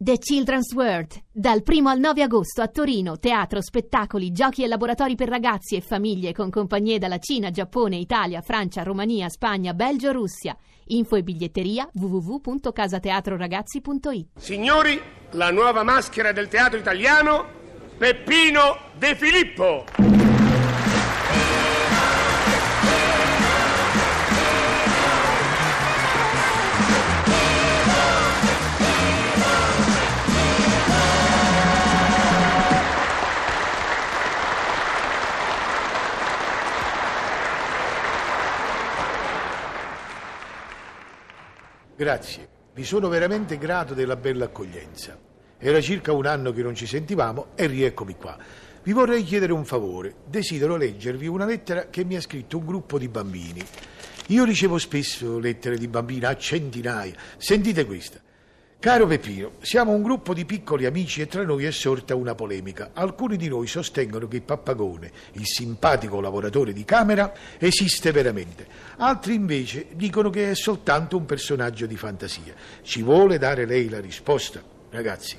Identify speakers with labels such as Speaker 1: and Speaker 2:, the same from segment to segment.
Speaker 1: The Children's World, dal 1 al 9 agosto a Torino, teatro, spettacoli, giochi e laboratori per ragazzi e famiglie con compagnie dalla Cina, Giappone, Italia, Francia, Romania, Spagna, Belgio, Russia. Info e biglietteria www.casateatroragazzi.it.
Speaker 2: Signori, la nuova maschera del teatro italiano, Peppino De Filippo.
Speaker 3: Grazie, vi sono veramente grato della bella accoglienza. Era circa un anno che non ci sentivamo e rieccomi qua. Vi vorrei chiedere un favore. Desidero leggervi una lettera che mi ha scritto un gruppo di bambini. Io ricevo spesso lettere di bambina a centinaia. Sentite questa. Caro Peppino, siamo un gruppo di piccoli amici e tra noi è sorta una polemica. Alcuni di noi sostengono che il pappagone, il simpatico lavoratore di camera, esiste veramente. Altri invece dicono che è soltanto un personaggio di fantasia. Ci vuole dare lei la risposta? Ragazzi,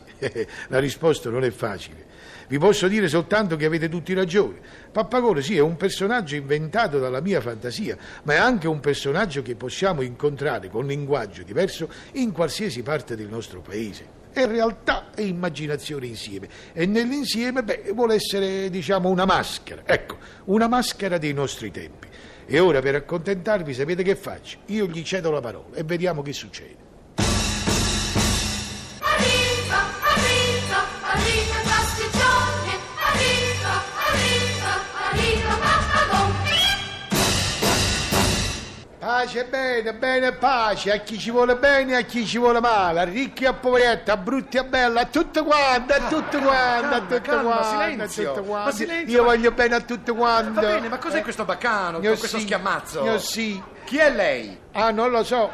Speaker 3: la risposta non è facile. Vi posso dire soltanto che avete tutti ragione. Pappagone sì, è un personaggio inventato dalla mia fantasia, ma è anche un personaggio che possiamo incontrare con linguaggio diverso in qualsiasi parte del nostro paese. È realtà e immaginazione insieme e nell'insieme beh, vuole essere diciamo una maschera, ecco, una maschera dei nostri tempi. E ora per accontentarvi sapete che faccio? Io gli cedo la parola e vediamo che succede.
Speaker 4: Arriva, arriva, arriva il pasticcione, arriva, arriva, arriva Pappagon.
Speaker 3: Pace bene, bene e pace, a chi ci vuole bene e a chi ci vuole male, a ricchi e a poveretti, a brutti e a bella, a tutto quanto, a tutto quanto, a
Speaker 5: Ah, calma,
Speaker 3: tutto
Speaker 5: calma,
Speaker 3: quanto,
Speaker 5: silenzio,
Speaker 3: a tutto
Speaker 5: ma
Speaker 3: quanto.
Speaker 5: silenzio,
Speaker 3: Io
Speaker 5: ma-
Speaker 3: voglio bene a tutto quanto.
Speaker 5: Va bene, ma cos'è questo baccano
Speaker 3: Io
Speaker 5: con questo
Speaker 3: sì,
Speaker 5: schiamazzo?
Speaker 3: Io sì.
Speaker 5: Chi è lei?
Speaker 3: Ah, non lo so.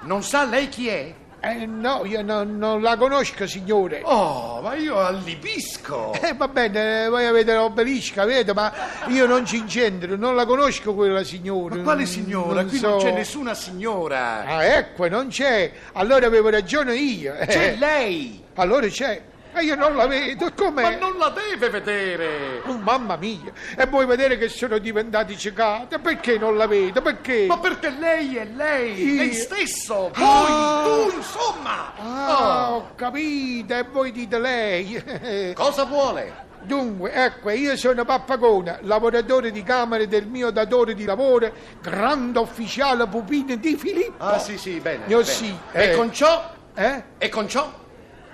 Speaker 5: Non sa lei chi è?
Speaker 3: Eh, no, io no- non la conosco, signore.
Speaker 5: Oh, ma io allibisco!
Speaker 3: Eh, va bene, eh, voi avete l'obelisca, vedo, ma io non ci incentro, non la conosco quella signora.
Speaker 5: Ma quale
Speaker 3: Mm,
Speaker 5: signora? Qui
Speaker 3: so.
Speaker 5: non c'è nessuna signora!
Speaker 3: Ah, ecco, non c'è. Allora avevo ragione io.
Speaker 5: C'è
Speaker 3: Eh,
Speaker 5: lei!
Speaker 3: Allora c'è. E io non la vedo, com'è?
Speaker 5: Ma non la deve vedere!
Speaker 3: Oh, mamma mia, e vuoi vedere che sono diventati cecate? Perché non la vedo? Perché?
Speaker 5: Ma perché lei è lei!
Speaker 3: Io?
Speaker 5: Lei stesso! Voi!
Speaker 3: Ah.
Speaker 5: Tu, insomma!
Speaker 3: Ah,
Speaker 5: Oh.
Speaker 3: ho capito, e voi dite lei.
Speaker 5: Cosa vuole?
Speaker 3: Dunque, ecco, io sono Pappagona, lavoratore di camere del mio datore di lavoro, grande ufficiale pupino di Filippo.
Speaker 5: Ah, sì, sì, bene.
Speaker 3: Io
Speaker 5: bene.
Speaker 3: sì, eh.
Speaker 5: E con ciò?
Speaker 3: Eh?
Speaker 5: E con ciò?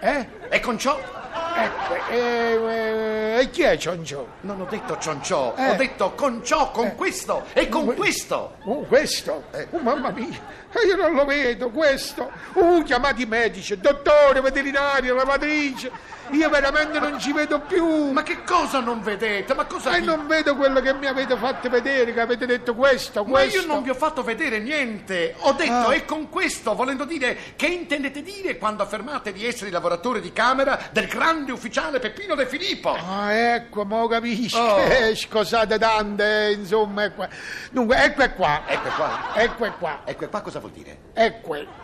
Speaker 3: Eh?
Speaker 5: E con ciò?
Speaker 3: Ecco, eh, eh, e chi è Cioncio?
Speaker 5: Non ho detto cionciò,
Speaker 3: Eh.
Speaker 5: ho detto con ciò, con
Speaker 3: Eh.
Speaker 5: questo e con
Speaker 3: Que-
Speaker 5: questo.
Speaker 3: Oh, questo? Oh, mamma mia, eh, io non lo vedo, questo. Uh, chiamati medici, dottore, veterinario, lavatrice. Io veramente non ci vedo più.
Speaker 5: Ma che cosa non vedete? Ma cosa
Speaker 3: E
Speaker 5: vi-
Speaker 3: Eh, non vedo quello che mi avete fatto vedere, che avete detto questo,
Speaker 5: Ma
Speaker 3: questo.
Speaker 5: io non vi ho fatto vedere niente. Ho detto
Speaker 3: Ah.
Speaker 5: e con questo, volendo dire che intendete dire quando affermate di essere i lavoratori di camera del grande ufficiale Peppino De Filippo.
Speaker 3: Ah, ecco, mo capisco.
Speaker 5: Oh.
Speaker 3: Eh, scusate tante, eh, insomma, ecco. Dunque, ecco è qua.
Speaker 5: Ecco qua.
Speaker 3: Ecco è qua.
Speaker 5: Ecco qua cosa vuol dire?
Speaker 3: Ecco.
Speaker 5: Ecco.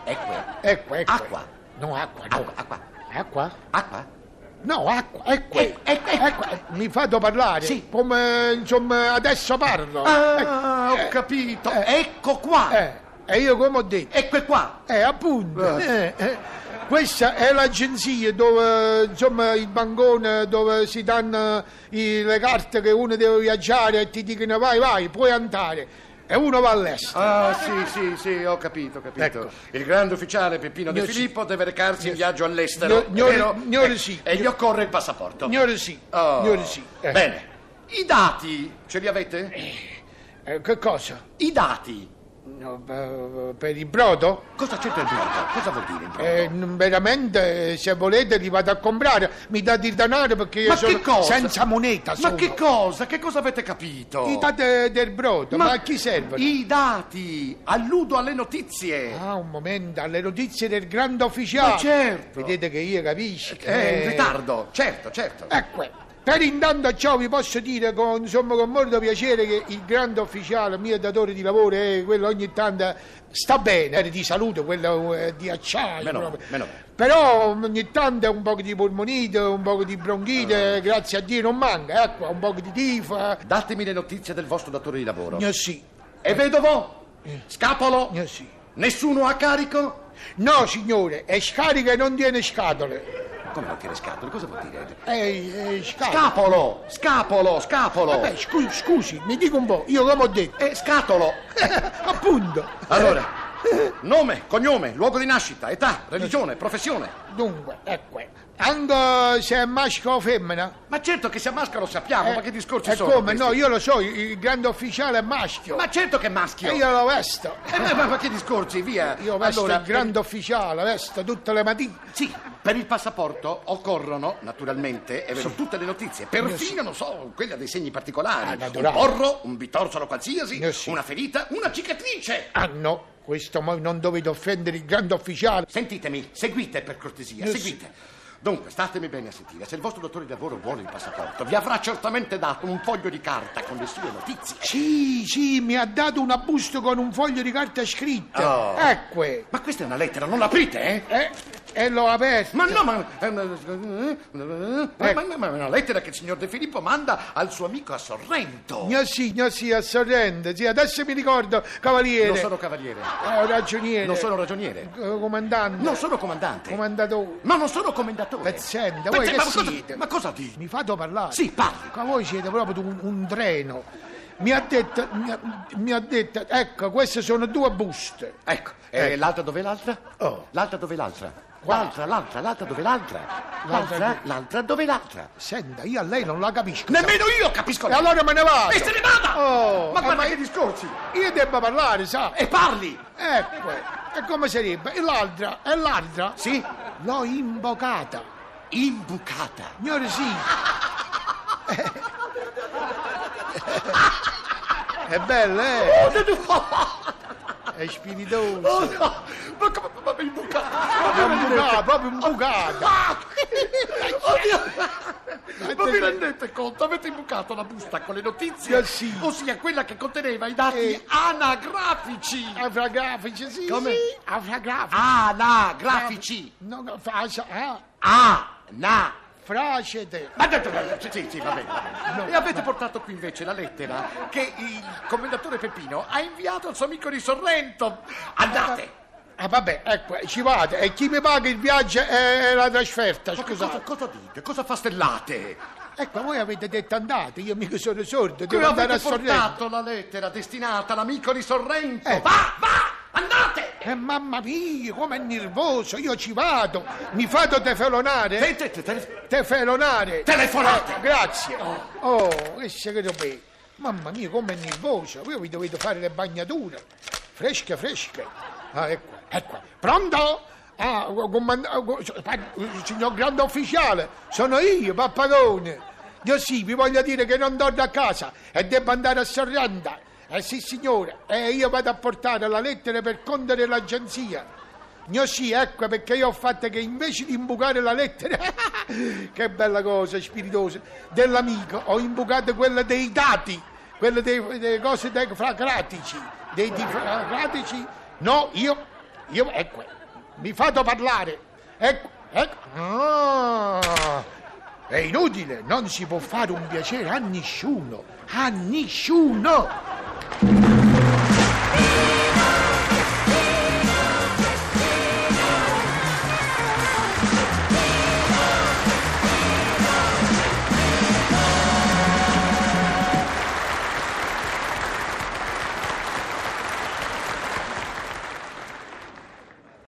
Speaker 3: Ecco, ecco.
Speaker 5: Acqua.
Speaker 3: No, acqua, no.
Speaker 5: Acqua, acqua,
Speaker 3: Acqua?
Speaker 5: acqua.
Speaker 3: No, acqua, ecco.
Speaker 5: Eh, ecco, ecco.
Speaker 3: Mi fate parlare?
Speaker 5: Sì.
Speaker 3: Come, insomma, adesso parlo.
Speaker 5: Ah,
Speaker 3: Eh,
Speaker 5: ho capito.
Speaker 3: eh,
Speaker 5: Ecco qua.
Speaker 3: eh, e io come ho detto?
Speaker 5: Ecco qua.
Speaker 3: Eh, appunto.
Speaker 5: Eh.
Speaker 3: Eh, eh. Questa è l'agenzia dove, insomma, il bancone dove si danno i- le carte che uno deve viaggiare e ti dicono vai, vai, puoi andare. E uno va all'estero.
Speaker 5: Ah, sì, sì, sì, ho capito, ho capito.
Speaker 3: Ecco.
Speaker 5: Il grande ufficiale Peppino De
Speaker 3: Gnocchi.
Speaker 5: Filippo deve recarsi in viaggio all'estero.
Speaker 3: Gno- gnori-
Speaker 5: vero?
Speaker 3: gnori
Speaker 5: Eh,
Speaker 3: sì.
Speaker 5: E gli occorre il passaporto.
Speaker 3: Signore sì,
Speaker 5: Oh.
Speaker 3: signore sì. Eh,
Speaker 5: Bene. I dati, ce li avete?
Speaker 3: eh, che cosa?
Speaker 5: I dati.
Speaker 3: No, per- per il brodo?
Speaker 5: Cosa c'entra il brodo? Cosa vuol dire il brodo?
Speaker 3: Eh, n- veramente, eh, se volete li vado a comprare. Mi date il denaro perché io
Speaker 5: Ma
Speaker 3: sono
Speaker 5: che cosa?
Speaker 3: senza moneta.
Speaker 5: Ma
Speaker 3: sono.
Speaker 5: che cosa? Che cosa avete capito?
Speaker 3: I date eh, del brodo, ma, a chi servono?
Speaker 5: I dati. Alludo alle notizie.
Speaker 3: Ah, un momento, alle notizie del grande
Speaker 5: Ma
Speaker 3: ufficiale.
Speaker 5: certo.
Speaker 3: Vedete che io capisco.
Speaker 5: Eh, in
Speaker 3: eh.
Speaker 5: ritardo. Certo, certo.
Speaker 3: Ecco, Per intanto a ciò vi posso dire con, insomma, con molto piacere che il grande ufficiale, il mio datore di lavoro, eh, quello ogni tanto sta bene, eh, di salute, quello eh, di acciaio.
Speaker 5: Meno male,
Speaker 3: proprio.
Speaker 5: meno male.
Speaker 3: Però ogni tanto un po' di polmonite, un po' di bronchite,
Speaker 5: Eh.
Speaker 3: grazie a Dio non manca, ecco, un po' di tifa.
Speaker 5: Datemi le notizie del vostro datore di lavoro.
Speaker 3: No sì,
Speaker 5: È vedovo?
Speaker 3: Eh.
Speaker 5: Scapolo?
Speaker 3: no sì.
Speaker 5: Nessuno a carico?
Speaker 3: No signore, è scarica e non tiene scatole.
Speaker 5: Come non tiene scatole? Cosa vuol
Speaker 3: Eh.
Speaker 5: dire?
Speaker 3: È, è scatola.
Speaker 5: Scapolo! Scapolo! Scapolo!
Speaker 3: Vabbè, Eh, scu- scusi, mi dica un po', io come ho detto.
Speaker 5: Eh, scatolo!
Speaker 3: Appunto.
Speaker 5: Allora, nome, cognome, luogo di nascita, età, religione, professione.
Speaker 3: Dunque, ecco. Anche se è maschio o femmina?
Speaker 5: Ma certo che sia maschio lo sappiamo, ma che discorsi
Speaker 3: e
Speaker 5: sono?
Speaker 3: Eh, come?
Speaker 5: questi?
Speaker 3: No, io lo so, il il grande ufficiale è maschio.
Speaker 5: Ma certo che è maschio!
Speaker 3: E io lo vesto.
Speaker 5: Eh, ma, ma- ma che discorsi, via!
Speaker 3: Io vesto
Speaker 5: allora, ehm,
Speaker 3: il grande ufficiale, vesto tutte le mattine.
Speaker 5: Sì, per il passaporto occorrono, naturalmente, è vero, tutte le notizie, perfino, non so, quella dei segni
Speaker 3: Ah,
Speaker 5: particolari. un
Speaker 3: Eh, naturale.
Speaker 5: porro, un bitorzolo qualsiasi,
Speaker 3: Io sì.
Speaker 5: una ferita, una cicatrice.
Speaker 3: Ah no, questo mo non dovete offendere il grande ufficiale.
Speaker 5: Sentitemi, seguite per cortesia,
Speaker 3: Io Eh, sì.
Speaker 5: seguite. Dunque, statemi bene a sentire, se il vostro datore di lavoro vuole il passaporto, vi avrà certamente dato un foglio di carta con le sue notizie.
Speaker 3: Sì, sì, mi ha dato una busta con un foglio di carta scritta.
Speaker 5: Oh.
Speaker 3: Ecco. E
Speaker 5: Ma questa è una lettera, non l'aprite, eh?
Speaker 3: e l'ho aperto.
Speaker 5: Ma no, ma... eh, ma-
Speaker 3: Eh.
Speaker 5: Ma, ma- ma è una lettera che il signor De Filippo manda al suo amico a Sorrento.
Speaker 3: Gnà sì, gnà sì, a Sorrento. Sì, adesso mi ricordo, cavaliere.
Speaker 5: Non sono cavaliere,
Speaker 3: Eh, ragioniere.
Speaker 5: non sono ragioniere,
Speaker 3: eh, comandante.
Speaker 5: non sono comandante,
Speaker 3: Comandatore.
Speaker 5: ma non sono commendatore.
Speaker 3: Pezzente, voi
Speaker 5: Pezzente,
Speaker 3: Eh, che
Speaker 5: ma cosa-
Speaker 3: siete?
Speaker 5: Ma cosa dici?
Speaker 3: Mi fate parlare?
Speaker 5: Sì, parli.
Speaker 3: Ma voi siete proprio un, un treno. Mi ha detto, mi ha, mi ha detto, ecco, queste sono due buste.
Speaker 5: Ecco, e l'altra dove l'altra?
Speaker 3: Oh.
Speaker 5: L'altra dove l'altra? L'altra, l'altra, l'altra dove l'altra? L'altra,
Speaker 3: L'altra-
Speaker 5: l'altra dove l'altra?
Speaker 3: Senta, io a lei non la capisco.
Speaker 5: Nemmeno io capisco
Speaker 3: E
Speaker 5: lei.
Speaker 3: Eh, allora me ne vado.
Speaker 5: E se ne vada!
Speaker 3: Oh,
Speaker 5: ma
Speaker 3: eh,
Speaker 5: guarda
Speaker 3: ma-
Speaker 5: che discorsi!
Speaker 3: Io devo parlare, sa?
Speaker 5: E parli!
Speaker 3: Ecco, e come sarebbe? E l'altra, e l'altra?
Speaker 5: Sì?
Speaker 3: L'ho imbocata.
Speaker 5: Imbucata!
Speaker 3: Signore sì. È bella, eh?
Speaker 5: Oh, no,
Speaker 3: È spiritosa.
Speaker 5: no, no, no. Ma come ma, ma imbucata?
Speaker 3: È un bucato, proprio un bucato.
Speaker 5: Ah! Oddio! Ma vi rendete conto? Avete imbucato la busta con le notizie?
Speaker 3: Eh sì.
Speaker 5: Ossia quella che conteneva i dati
Speaker 3: Eh.
Speaker 5: anagrafici!
Speaker 3: Afragrafici, sì,
Speaker 5: Come?
Speaker 3: sì. Afragrafici.
Speaker 5: Anagrafici!
Speaker 3: No, fascia, eh?
Speaker 5: Ana!
Speaker 3: Fracete.
Speaker 5: Ma detto, sì, sì, va bene. va bene. e avete portato qui invece la lettera che il commendatore Peppino ha inviato al suo amico di Sorrento. Andate!
Speaker 3: Ah, vabbè, ecco, ci vado. E chi mi paga il viaggio e e la trasferta,
Speaker 5: Ma che cosa,
Speaker 3: scusate.
Speaker 5: cosa dite? Cosa fastellate?
Speaker 3: Ecco, voi avete detto andate, io mica sono sordo,
Speaker 5: Qui
Speaker 3: devo andare
Speaker 5: avete
Speaker 3: a Sorrento.
Speaker 5: portato la lettera destinata all'amico di Sorrento.
Speaker 3: Eh.
Speaker 5: Va, va, andate!
Speaker 3: Eh, mamma mia, com'è nervoso, io ci vado. Mi fate tefelonare?
Speaker 5: Te- te- te- te-
Speaker 3: Tefelonare.
Speaker 5: Telefonate.
Speaker 3: Eh, grazie. Oh, che segreto bello. Mamma mia, com'è nervoso. Io vi dovete fare le bagnature. Fresche, fresche. Ah, ecco, ecco. Pronto? Ah, gu- comand- ah, gu- so- pa- signor grande ufficiale, sono io, Pappadone. Io sì, vi voglio dire che non torno a casa e devo andare a Sorrenta. Eh sì, signore, e io vado a portare la lettera per conto dell'agenzia. Gnò sì, ecco perché io ho fatto che invece di imbucare la lettera, che bella cosa spiritosa, dell'amico, ho imbucato quella dei dati, quelle dei- delle cose dei fragratici, dei di fragratici. No, io, io, ecco, mi fate parlare, ecco, ecco. Ah, è inutile, non si può fare un piacere a nessuno, a nessuno.